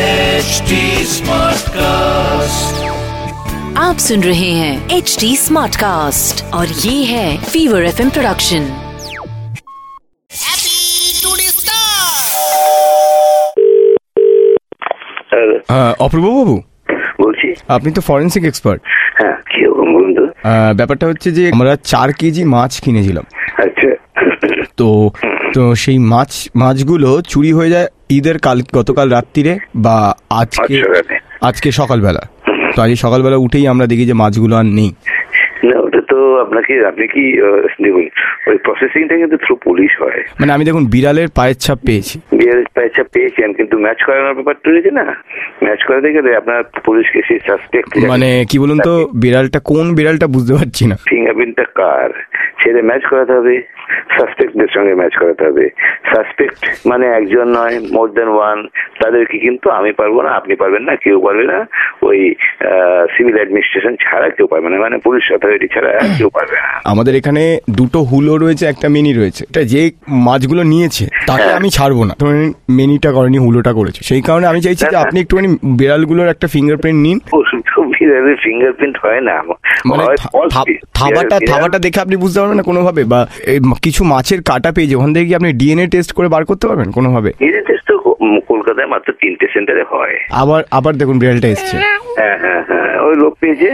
HD Smartcast. आप सुन रहे हैं एच डी स्मार्ट कास्ट और ये है फीवर एफ प्रोडक्शन আর আহ, অপূর্ববাবু বলছি আপনি তো ফরেন্সিক এক্সপার্ট হ্যাঁ কি রকম বলুন তো ব্যাপারটা হচ্ছে যে আমরা চার কেজি মাছ কিনেছিলাম আচ্ছা তো তো সেই মাছ মাছগুলো চুরি হয়ে যায় ঈদের কাল গতকাল রাত্রিরে বা আজকে মাঝরাতে। আজকে সকালবেলা তো আজকে সকালবেলা উঠেই আমরা দেখি যে মাছগুলো আর নেই না ওটা তো আপনাকে আপনি কি আহ, দেখুন ওই প্রসেসিংটা কিন্তু থ্রু পুলিশ হয় মানে আমি দেখুন বিড়ালের পায়ের ছাপ পেয়েছি বিআরএস পেয়েছে পেয়েছেন কিন্তু ম্যাচ করানোর ব্যাপারটা রয়েছে না ম্যাচ করাতে গেলে আপনার পুলিশকে সেই সাসপেক্ট মানে কি বলুন তো বিড়ালটা কোন বিড়ালটা বুঝতে পারছি না ফিঙ্গারপ্রিন্টটা কার সেটা ম্যাচ করাতে হবে সাসপেক্টদের সঙ্গে ম্যাচ করাতে হবে সাসপেক্ট মানে একজন নয় মোর দেন ওয়ান তাদেরকে কিন্তু আমি পারবো না আপনি পারবেন না কেউ পারবে না ওই সিভিল অ্যাডমিনিস্ট্রেশন ছাড়া কেউ পারবে না মানে পুলিশ অথরিটি ছাড়া আর কেউ পারবে না আমাদের এখানে দুটো হুলো রয়েছে একটা মিনি রয়েছে এটা যে মাছগুলো নিয়েছে তাকে হ্যাঁ। আমি ছাড়বো না ধরেন মিনিটা করেনি হুলোটা করেছে সেই কারণে আমি চাইছি হ্যাঁ। যে আপনি একটুখানি বিড়ালগুলোর একটা ফিঙ্গারপ্রিন্ট নিন ফিঙ্গারপ্রিন্ট হয় না মানে হয় থা- false থা- print. থাবাটা বিড়াল- থাবাটা দেখে আপনি বুঝতে পারবেন না কোনোভাবে বা এই মা- কিছু মাছের কাটা পেয়ে ওখান থেকে কি আপনি ডিএনএ টেস্ট করে বার করতে পারবেন কোনোভাবে নিজের test তো কো- উম, কলকাতায় মাত্র তিনটে সেন্টারে হয় আবার আবার দেখুন বিড়ালটা এসছে হ্যাঁ হ্যাঁ হ্যাঁ ওই লোক পেয়েছে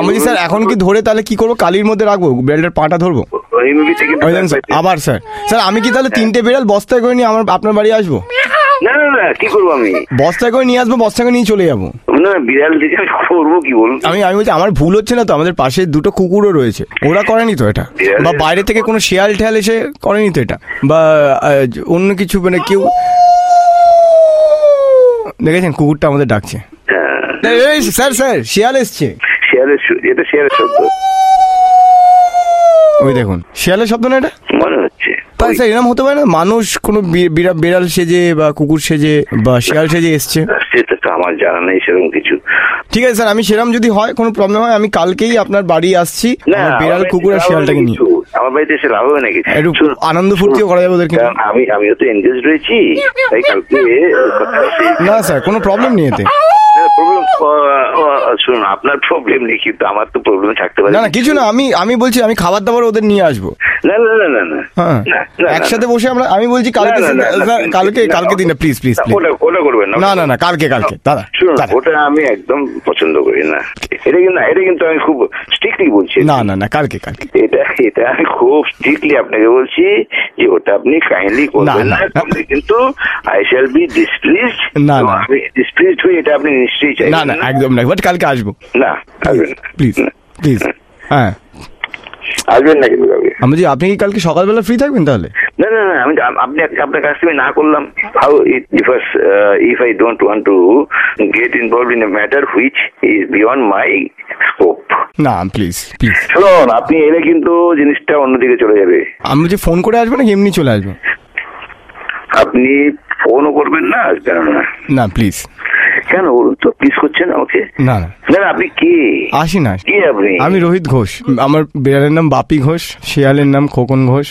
আমি বলছি, স্যার এখন কি ধরে তাহলে কি করবো কালির মধ্যে রাখবো বিড়ালটার পাটা ধরবো ওই মুভি থেকে আমি বললাম, স্যার, আবার স্যার স্যার আমি কি তাহলে তিনটে বিড়াল বস্তায় করে নিয়ে আমার আপনার বাড়ি আসবো না না না কি করবো আমি বস্তায় করে নিয়ে আসবো বস্তায় করে নিয়ে চলে যাবো না বিড়াল থেকে আমি করবো কি বলুন আমি আমি বলছি আমার ভুল হচ্ছে না তো আমাদের পাশে দুটো কুকুরও রয়েছে ওরা করেনি তো এটা বা বাইরে থেকে কোনো শিয়াল ঠেয়াল এসে করেনি তো এটা বা আহ, অন্য কিছু মানে কেউ দেখেছেন কুকুরটা আমাদের ডাকছে হ্যাঁ, এই, স্যার স্যার শিয়াল এসছে শেয়ালের শু- এটা শেয়ালের শব্দ ওই দেখুন শিয়ালের শব্দ না এটা মনে হচ্ছে তাই স্যার এরম হতে পারে না মানুষ কোনো বি- বিড়া- বিড়াল সেজে বা কুকুর সেজে বা শিয়াল সেজে এসছে সেটা তো আমার জানা নেই সেরকম কিছু ঠিক আছে স্যার আমি সেরম যদি হয় কোনো প্রবলেম হয় আমি কালকেই আপনার বাড়ি আসছি আমার বিড়াল আমার কুকুর আর বাড়িতে শিয়ালটাকে লাভ হবে নিয়ে কিছু। আমার বাড়িতে এসে লাভ হবে নাকি একটু শুনুন, আনন্দ ফুর্তিও করা যাবে ওদেরকে নিয়ে। কারণ আমি আমিও তো এনগেজ রয়েছি তাই কালকে কথা হচ্ছে। না স্যার কোনো প্রবলেম নেই এতে না, problem, আহ, আহ, শুনুন আপনার প্রবলেম নেই কিন্তু আমার তো প্রবলেম থাকতে পারে না না কিছু না আমি আমি বলছি আমি খাবার দাবার ওদের নিয়ে আসবো না না না না না হ্যাঁ না, না, না, একসাথে না। বসে আমরা আমি বলছি কালকে না, না, না, না, স্যার, না, কালকে না, কালকে দিন প্লিজ প্লিজ না, প্লিজ ওটা ওটা করবেন না না না কালকে কালকে দাদা শুনুন দাদা ওটা আমি একদম পছন্দ করি না এটা কিন্তু না, এটা কিন্তু আমি খুব স্ট্রিক্টলি বলছি না না না কালকে কালকে এটা এটা আমি খুব স্ট্রিক্টলি আপনাকে বলছি যে ওটা আপনি কাইন্ডলি করবেন না, না না। তাহলে কিন্তু আই শ্যাল বি ডিসপ্লিজড না, না। আমি ডিসপ্লিজড হই এটা আপনি নিশ্চয়ই চাইবেন না না একদম না বাট কালকে আসবো না আসবেন না। প্লিজ প্লিজ হ্যাঁ আসবেন না কিন্তু কাউকে। আমি বলছি আপনি কি কালকে সকালবেলা ফ্রি থাকবেন তাহলে না না না আমি আপনি আপনার কাছ থেকে না করলাম how it differs if I don't want to get involve in a matter which is beyond my scope না প্লিজ প্লিজ শুনুন আপনি এলে কিন্তু জিনিসটা অন্যদিকে চলে যাবে আমি বলছি ফোন করে আসবো নাকি এমনি চলে আসবো আপনি ফোনও করবেন না আসবেন না না প্লিজ কেন বলুন তো পিস করছেন আমাকে না না না না, আপনি কে আসি না আসি। কে আপনি আমি রোহিত ঘোষ আমার বিড়ালের নাম বাপি ঘোষ শিয়ালের নাম খোকন ঘোষ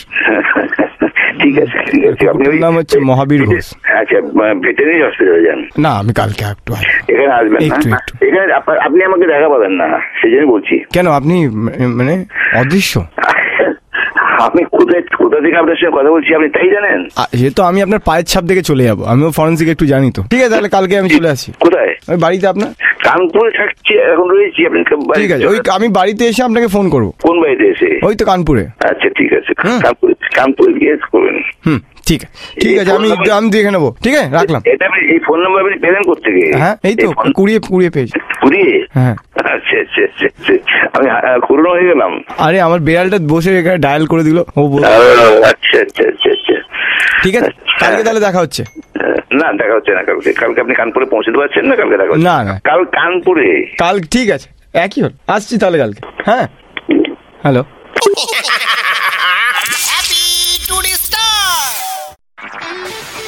ঠিক আছে ঠিক আছে আপনি ওই- নাম হচ্ছে মহাবীর ঘোষ। আচ্ছা ভেটেরিনারি হসপিটালে যান না আমি কালকে একটু আসবো এখানে আসবেন না একটু, একটু। এখানে আপ- আপনি আমাকে দেখা পাবেন না সেই জন্য বলছি কেন আপনি ম- মানে অদৃশ্য আপনি কোথায় কোথা থেকে আপনার সঙ্গে কথা বলছি আপনি তাই জানেন আ- সে তো আমি আপনার পায়ের ছাপ দেখে চলে যাবো আমিও ফরেন্সিক একটু জানি তো ঠিক আছে তাহলে কালকে আমি চলে আসি কোথায় ওই বাড়িতে আপনার কানপুরে থাকছি এখন রয়েছি আপনি বাড়ি- ঠিক আছে ওই আমি বাড়িতে এসে আপনাকে ফোন করব কোন বাড়িতে এসে ওই তো কানপুরে আচ্ছা ঠিক আছে হুম। কানপুরে কানপুরে গিয়ে করবেন হুম ঠিক আছে ঠিক আছে আমি আমি দেখে নেবো ঠিক আছে রাখলাম এটা আপনি- এই ফোন নাম্বার আপনি পেলেন কোথা থেকে হ্যাঁ এই তো কুড়িয়ে কুড়িয়ে পেয়েছি কুড়িয়ে হ্যাঁ। আচ্ছা আচ্ছা আচ্ছা আচ্ছা। আমি আহ, পুরনো হয়ে গেলাম আরে আমার বিড়ালটা বসে এখানে ডায়াল করে দিল ও বল- আহ, আচ্ছা আচ্ছা আচ্ছা আচ্ছা ঠিক আছে কালকে তাহলে দেখা হচ্ছে আহ, না দেখা হচ্ছে না কালকে কালকে আপনি কানপুরে পৌঁছতে পারছেন না কালকে দেখা হচ্ছে না, না। কাল কানপুরে কাল ঠিক আছে একই হল আসছি তাহলে কালকে হ্যাঁ হ্যালো